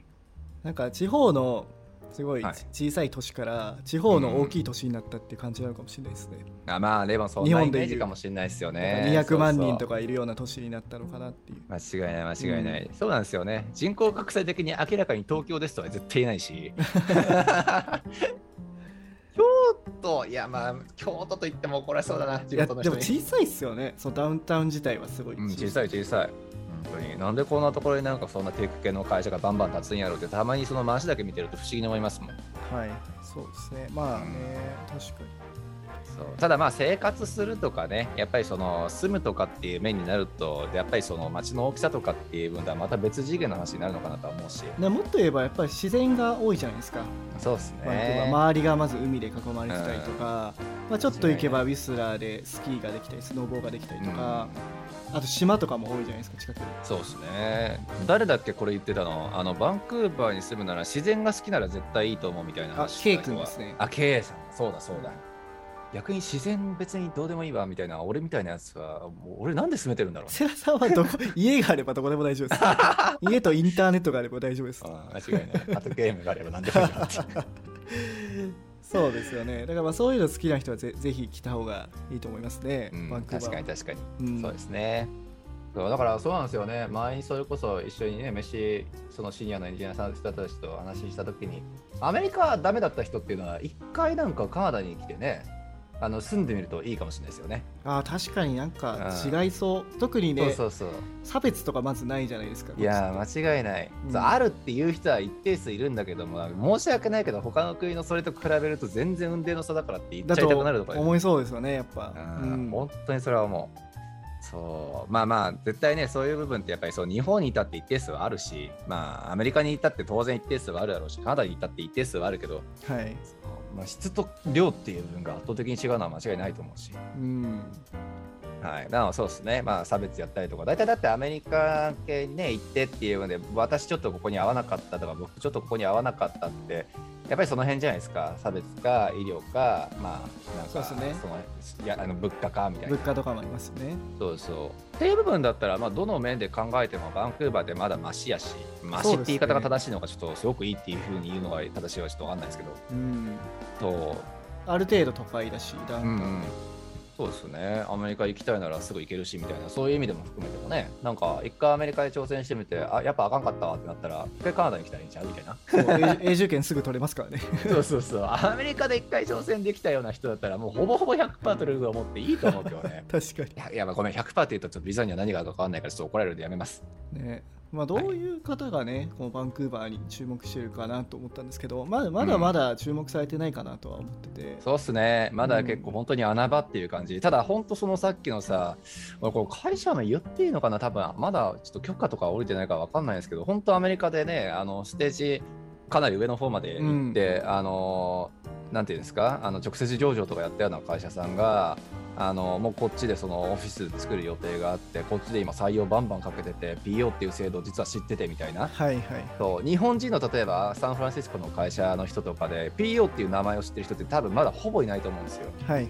なんか地方のすごいち、はい小さい都市から地方の大きい都市になったっていう感じなのかもしれないですね。あまあでもそん日なイ本でメいうージかもしれないですよなんねか200万人とかかいるような都市になったのかなっていう。間違いない間違いない、そうなんですよね人口格差的に明らかに東京ですとは絶対いない し京都いやまあ京都と言っても怒られそうだない地や元ので人もに小さいっすよね。そのダウンタウン自体はすごいうん、小さい小さい本当になんでこんなところになんかそんなテック系の会社がバンバン立つんやろうってたまにその話だけ見てると不思議に思いますもんはいそうですねまあね確かにそうただまあ生活するとかねやっぱりその住むとかっていう面になるとやっぱりその町の大きさとかっていう分ではまた別次元の話になるのかなとは思うしでもっと言えばやっぱり自然が多いじゃないですか、そうですまあ例えばね、周りがまず海で囲まれてたりとか、まあ、ちょっと行けばウィスラーでスキーができたりスノーボーができたりとか、あと島とかも多いじゃないですか近くにそうですね誰だっけこれ言ってたのあのバンクーバーに住むなら自然が好きなら絶対いいと思うみたいなあ話 K 君ですねあ K さんそうだそうだ逆に自然別にどうでもいいわみたいな俺みたいなやつはもう俺なんで住めてるんだろう世良さんは どこ家があればどこでも大丈夫です家とインターネットがあれば大丈夫ですあ間違い ないあとゲームがあれば何でもいいなってそうですよねだからまあそういうの好きな人はぜぜひ来た方がいいと思いますね、うんバンクーバー確かに確かにうんそうですね。そうだからそうなんですよね。前にそれこそ一緒にね、飯、そのシニアのエンジニアさんの人たちと話したときに、アメリカはダメだった人っていうのは、一回なんかカナダに来てね、あの住んでみるといいかもしれないですよね。あー確かになんか違いそう特にねそうそうそう。差別とかまずないじゃないですかいやー、間違いない、うんそうあるっていう人は一定数いるんだけども、申し訳ないけど、他の国のそれと比べると全然運命の差だからって言っだちゃいたくなるととかね思いそうですよねやっぱ、うんうん本当にそれは思う。そうまあまあ絶対ねそういう部分ってやっぱりそう日本にいたって一定数はあるしまあアメリカにいたって当然一定数はあるだろうしカナダにいたって一定数はあるけど、はい、まあ、質と量っていう部分が圧倒的に違うのは間違いないと思うし、うん、はい、なのでそうですねまあ差別やったりとか大体だってアメリカ系にね行ってっていうので私ちょっとここに合わなかったとか僕ちょっとここに合わなかったってやっぱりその辺じゃないですか差別か医療かまあなんそうかですねのいやあの物価かみたいな物。価とかもありますよねそうそう。っていう部分だったら、まあ、どの面で考えても、バンクーバーでまだマシやし、マシって言い方が正しいのか、ちょっとすごくいいっていうふうに言うのが正しいはちょっとわかんないですけど、うんと、ある程度都会だしだんうだんんうん、そうですね、アメリカ行きたいならすぐ行けるしみたいな、そういう意味でも含めてもね、なんか、一回アメリカで挑戦してみて、あやっぱあかんかったわってなったら、一回カナダに来たらいいんちゃうみたいな。そう永永住 権すぐ取れますからね。そうそうそう、アメリカで一回挑戦できたような人だったら、もうほぼほぼ100%取れると思っていいと思うけどね確かにいやいや、まあごめん、100%って言うと、ちょっとビザには何があるか分かんないから、ちょっと怒られるんでやめます。 ねまあ、どういう方がね、このバンクーバーに注目してるかなと思ったんですけど、まだまだまだ注目されてないかなとは思ってて、そうっすね、まだ結構本当に穴場っていう感じ、ただ本当そのさっきのさ、俺これ会社名言っていいのかな、多分まだちょっと許可とか降りてないから分かんないですけど、本当アメリカでね、あのステージかなり上の方まで行って、あのなんていうんですか、あの直接上場とかやったような会社さんが、あのもうこっちでそのオフィス作る予定があって、こっちで今採用バンバンかけてて、PO っていう制度を実は知っててみたいな。はいはいそう日本人の例えばサンフランシスコの会社の人とかで PO っていう名前を知ってる人って多分まだほぼいないと思うんですよ。はいはい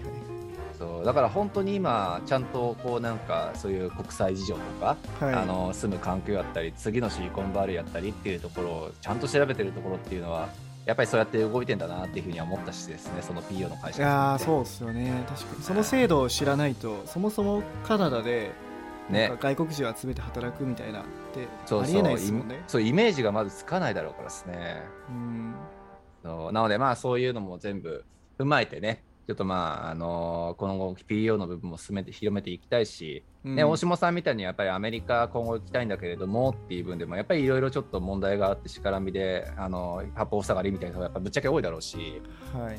そうだから本当に今ちゃんとこうなんかそういう国際事情とか、はいあの住む環境やったり次のシリコンバレーやったりっていうところをちゃんと調べてるところっていうのはやっぱりそうやって動いてんだなっていうふうには思ったしですねその PO の会社いやーうそうですよね確かにその制度を知らないとそもそもカナダでねなんか外国人を集めて働くみたいなってそうありそえうないですもんねそうイメージがまずつかないだろうからですねうんそうなのでまあそういうのも全部踏まえてねちょっとまああのーこの後 PO の部分も進めて広めていきたいし、ね、大島さんみたいにやっぱりアメリカ今後行きたいんだけれどもっていう分でもやっぱりいろいろちょっと問題があってしからみであの八方塞がりみたいなのがやっぱぶっちゃけ多いだろうし、はい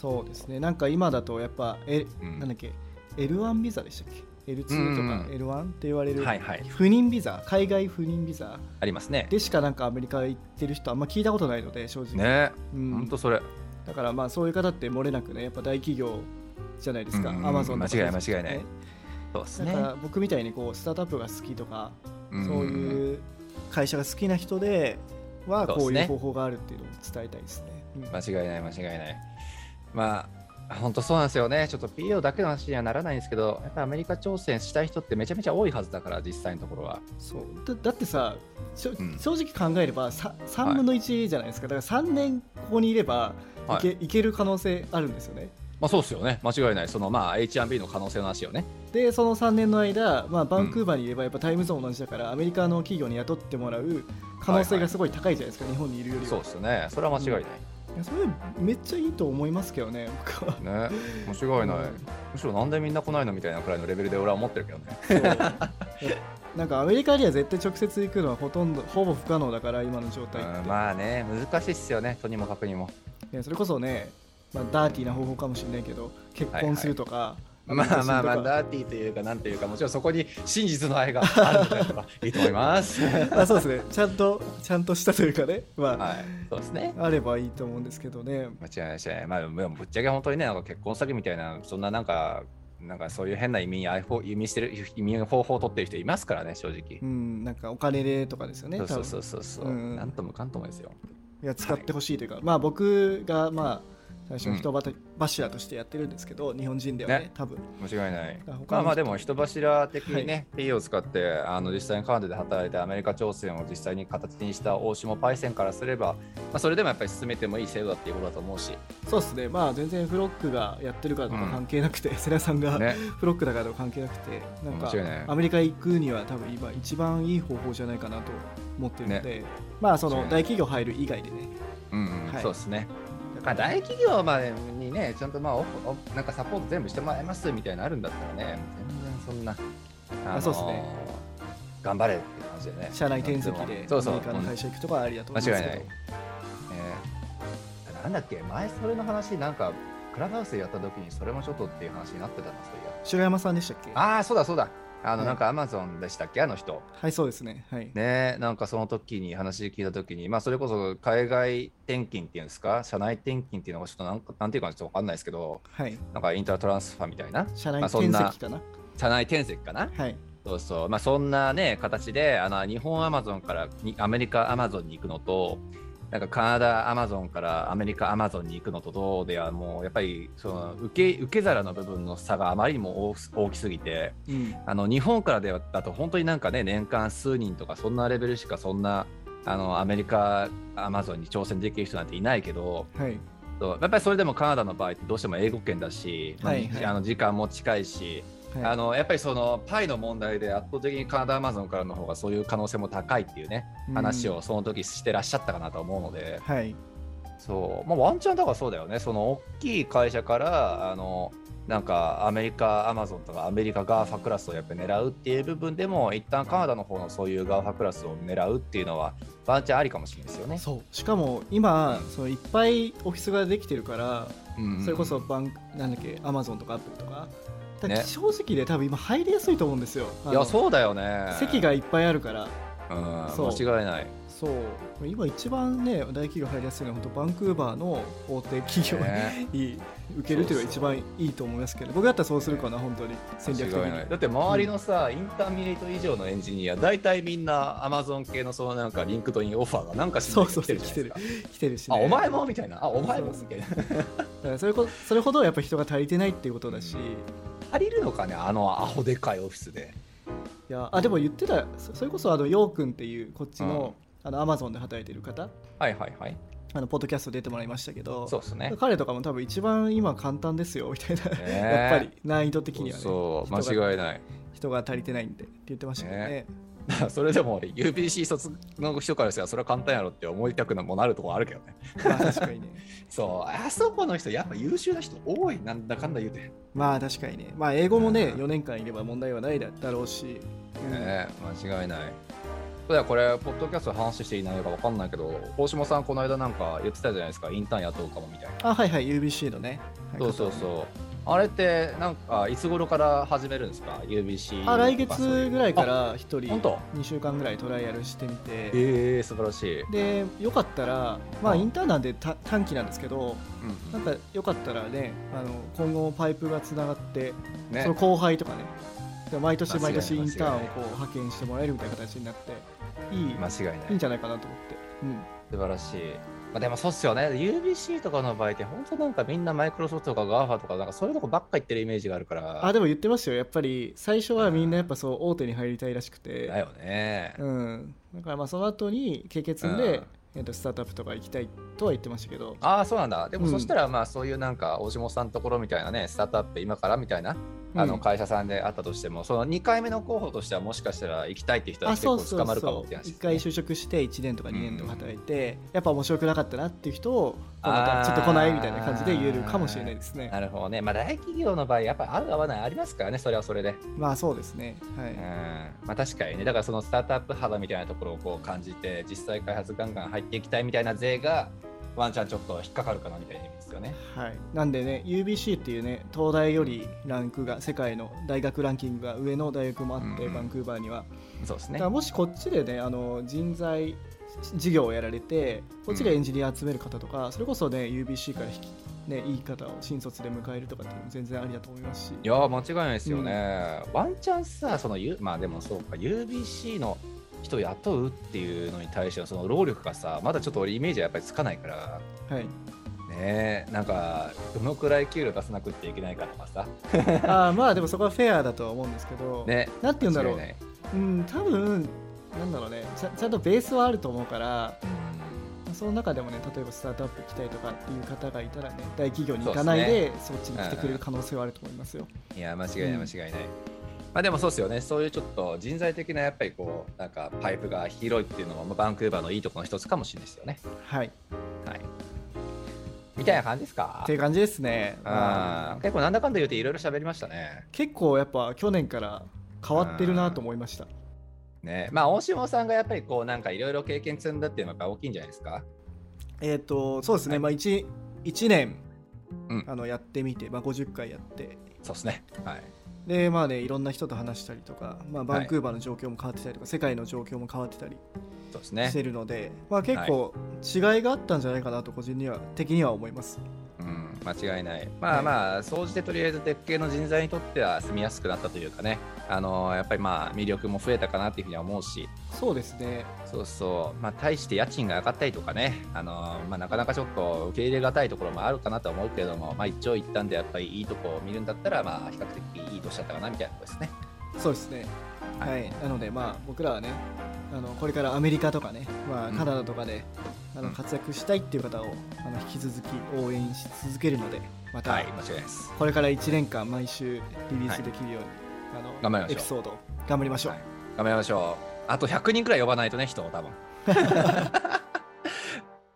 そうですねなんか今だとやっぱ、えうんなんだっけ L1 ビザでしたっけ L2 とかうん L1 って言われる、はいはい不妊ビザ海外不妊ビザありますね。でしかなんかアメリカ行ってる人あんま聞いたことないので正直、ねう本当、ほんんと、それだからまあそういう方って漏れなくねやっぱ大企業じゃないですかうんアマゾン間違いない間違いないそうですだねか。ら僕みたいにこうスタートアップが好きとか、んそういう会社が好きな人ではそうですこねういう方法があるっていうのを伝えたいですね。うん間違いない間違いないまあ本当そうなんですよねちょっと PO だけの話にはならないんですけどやっぱアメリカ挑戦したい人ってめちゃめちゃ多いはずだから実際のところはそうだだってさしょん正直考えればさ3分の1じゃないですか、だから3年ここにいればいけ,、い、ける可能性あるんですよね。まあそうですよね間違いないそのまあ H&B の可能性の話をねでその3年の間、まあ、バンクーバーにいればやっぱタイムゾーン同じだから、アメリカの企業に雇ってもらう可能性がすごい高いじゃないですか、日本にいるよりはそうですねそれは間違いない、いやそれめっちゃいいと思いますけどね僕は。 ね間違いないむしろなんでみんな来ないのみたいなくらいのレベルで俺は思ってるけどねそうなんかアメリカには絶対直接行くのはほとんどほぼ不可能だから今の状態って、うんまあね難しいっすよねとにもかくにもねそれこそね、まあ、ダーティーな方法かもしれないけど結婚するとか、まあまあまあ、妊娠とかダーティーというか、なんというか、もちろんそこに真実の愛があるのでとか、いいと思います。 はい、 まあそうですねちゃんとちゃんとしたというかねまあ、そうですね。あればいいと思うんですけどね間違いないですね。まあ、ぶぶっちゃけ本当にね、なんか結婚詐欺みたいな、そんななんか、なんかそういう変な意味に、あいほ意味してる、意味の方法を取ってる人いますからね、正直う。んなんかお金でとかですよねそうそう多分そうそうそう、うんなんともかんともですよ。いや使ってほしいというか、まあ僕がまあ最初の人柱としてやってるんですけど、日本人ではねね多分間違いない他の人まあまあでも人柱的にね、P を使ってあの実際にカナダで働いてアメリカ挑戦を実際に形にした大島パイセンからすれば、まあ、それでもやっぱり進めてもいい制度だっていうことだと思うし、そうですねまあ全然フロックがやってるからとかうん関係なくて、 セラさんが、ね、フロックだからとか関係なくてなんか間違いないアメリカ行くには多分今一番いい方法じゃないかなと思ってるので、まあそ間の違いな大い企業入る以外でねうんうんはいそうですね、まあ、大企業までにねちゃんとまあオフオなんかサポート全部してもらいますみたいなのあるんだったらね全然そんなああそうっすね頑張れって感じでね社内転籍でアメリそうそうカの会社行くとかはありだと思うんですけど間違いねなんだっけ前それの話なんかクラブハウスでやった時にそれもちょっとっていう話になってたなそういや白山さんでしたっけああそうだそうだあの、はいなんかアマゾンでしたっけあの人はいそうですねはいねなんかその時に話聞いた時にまあそれこそ海外転勤っていうんですか社内転勤っていうのがちょっとなんかなんていうかちょっと分かんないですけどはいなんかインタートランスファーみたいな社内まあそ転んな籍かな、社内転籍かなはいそうそうまあそんなね形であの日本アマゾンからにアメリカアマゾンに行くのとなんかカナダアマゾンからアメリカアマゾンに行くのとどうではもうやっぱりその受け受け皿の部分の差があまりにも大大きすぎてうんあの日本からではだと本当になんかね年間数人とかそんなレベルしかそんなあのアメリカアマゾンに挑戦できる人なんていないけどはいそうやっぱりそれでもカナダの場合ってどうしても英語圏だし、まあはいはいあの時間も近いし、はいあのやっぱりそのパイの問題で圧倒的にカナダアマゾンからの方がそういう可能性も高いっていうねうん話をその時してらっしゃったかなと思うので、はいそうまあ、ワンチャンだからそうだよねその大きい会社からあのなんかアメリカアマゾンとかアメリカガーファクラスをやっぱ狙うっていう部分でも一旦カナダの方のそういうガーファクラスを狙うっていうのはワンチャンありかもしれないですよね。そうしかも今そのいっぱいオフィスができてるからうんうんそれこそバンクなんだっけアマゾンとかアップルとかだからね正直で多分今入りやすいと思うんですよあのいやそうだよね席がいっぱいあるからうんそう間違いないそう今一番ね大企業入りやすいのは本当バンクーバーの大手企業ねに、受けるというのが一番いいと思いますけど僕だったらそうするかな本当に戦略的間違いにないだって周りのさ、インターミネート以上のエンジニア大体みんなアマゾン系のそのなんかリンクトインオファーがなんかしそうそう来てるじゃ来ないてでするか来てるし、あね、お前もみたいなあお前もそうみたいな だからそれこそれほどやっぱ人が足りてないっていうことだし、うんい足りるのかねあのアホでかいオフィスでやあでも言ってたそそれこそあのヨウ君っていうこっちの,、あのアマゾンで働いてる方はいはいはいあのポッドキャスト出てもらいましたけどそうっすね彼とかも多分一番今簡単ですよみたいな、ね やっぱり難易度的にはねそう人が間違い ない人が足りてないんでって言ってましたけどね ねそれでも俺 UBC 卒の人からしたらそれは簡単やろって思いたくなもなるところあるけどねまあ確かにねそうあそこの人やっぱ優秀な人多いなんだかんだ言うて、ねまあ確かにねまあ英語もねうん4年間いれば問題はないだろうし、うん間違いないそうだよこれポッドキャストで話していないのかわかんないけど大島さんこの間なんか言ってたじゃないですかインターン雇うかもみたいなあはいはい UBC のねはいそうそう方そうあれってなんかいつ頃から始めるんですか UBC あ来月ぐらいかあら1人本当2週間ぐらいトライアルしてみてええ素晴らしい、でよかったらまあうんインターンなんでた短期なんですけどなんかよかったらねあの今後パイプがつながってねその後輩とかねで毎年間違毎いない年インターンをこう派遣してもらえるみたいな形になっていい間違いないいいんいじゃないかなと思って、うん、素晴らしい、まあ、でもそうっすよね UBC とかの場合って本当なんかみんなマイクロソフトとか GAFA とかなんかそういうとこばっか言ってるイメージがあるからあでも言ってましたよやっぱり最初はみんなやっぱそう大手に入りたいらしくて、だよね、うん、だからまあその後に経験積んで、うんえっとスタートアップとか行きたいとは言ってましたけどああそうなんだでもうんそしたらまあそういうなんか大下さんのところみたいなねスタートアップ今からみたいなあうのん会社さんであったとしても、その2回目の候補としてはもしかしたら行きたいっていう人はあ結そう構そう捕まるかそもうって話一回就職して1年とか2年とか働いて、やっぱ面白くなかったなっていう人をまたちょっと来ないみたいな感じで言えるかもしれないですねなるほどねまあ大企業の場合やっぱ合う合わないありますからねそれはそれでまあそうですねはうんい、まあ確かにねだからそのスタートアップ肌みたいなところをこう感じて実際開発ガンガン入っていきたいみたいな税がワンチャンちょっと引っかかるかなみたいな意味ですよね。はい、なんでね UBC っていうね東大よりランクが世界の大学ランキングが上の大学もあって、うんバンクーバーには、そうですだねからもしこっちでねあの人材事業をやられてこっちがエンジニア集める方とか、それこそね UBC から引き、ね、いい方を新卒で迎えるとかっていうのも全然ありだと思いますしいやー間違いないですよね、ワンチャンさその、U、まあでもそうか UBC の人を雇うっていうのに対してのその労力がさまだちょっと俺イメージはやっぱりつかないからはい、ねえなんかどのくらい給料出さなくってはいけないかとかさあーまあでもそこはフェアだとは思うんですけ ど、ねなんて言うんだろ間違う、いないうん、多分なんだろうねちゃちゃんとベースはあると思うからその中でもね例えばスタートアップ行きたいとかっていう方がいたらね大企業に行かないでそっちに来てくれる可能性はあると思いますよ。いや間違いない間違いない、まあでもそうですよねそういうちょっと人材的なやっぱりこうなんかパイプが広いっていうのはまあバンクーバーのいいところの一つかもしれないですよねはい、はいみたいな感じですかっていう感じですね。あー結構なんだかんだ言うていろいろ喋りましたね。結構やっぱ去年から変わってるなと思いました。ねまあ大下さんがやっぱりこうなんかいろいろ経験積んだっていうのが大きいんじゃないですか。えっ、とそうですはね、いまあ 1, 1年、うんあのやってみて、まあ、50回やってそうですね。はい。でまあねいろんな人と話したりとか、まあ、バンクーバーの状況も変わってたりとか、世界の状況も変わってたりそうですしてね。るので、まあ、結構違いがあったんじゃないかなと個人には的には思います。うん、間違いない。まあまあ、総じてとりあえず鉄系の人材にとっては住みやすくなったというかね、あのやっぱりまあ魅力も増えたかなっていうふうには思うし、そうですねそうそう、まあ対して家賃が上がったりとかね、あのまあなかなかちょっと受け入れがたいところもあるかなとは思うけれども、まあ一長一短でやっぱりいいとこを見るんだったら、まあ比較的いい年だったかなみたいなことですね。そうですね。はい、なので、まあ、僕らはね、あの、これからアメリカとかね、まあ、うんカナダとかで。あの、うん活躍したいっていう方を、あの、引き続き応援し続けるので、また。はい、間違いないです。これから1年間、毎週リリースできるように、あ頑張りましょの、うエピソードを頑張りましょう。はい頑張りましょう。あと100人くらい呼ばないとね、人を 多分。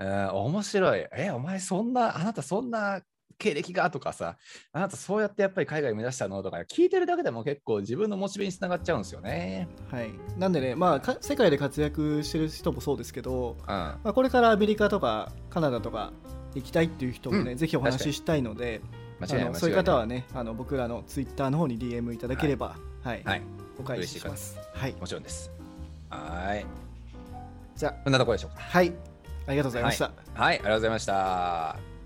うん面白い。え、お前そんな、あなたそんな経歴がとかさ、あなたそうやってやっぱり海外目指したのとか、聞いてるだけでも結構自分のモチベにつながっちゃうんですよね。はい、なんでね、まあ、か世界で活躍してる人もそうですけど。うん。まあ、これからアメリカとか、カナダとか。行きたいっていう人もね、うんぜひお話ししたいので、間違いあない。のそういう方はね、あの僕らのツイッターの方に DM いただければ、はい、間違いない。はい、お返しします。はい、もちろんです。はーい。じゃあこんなところでしょうか。はい、ありがとうございました。はい、ありがとうございました。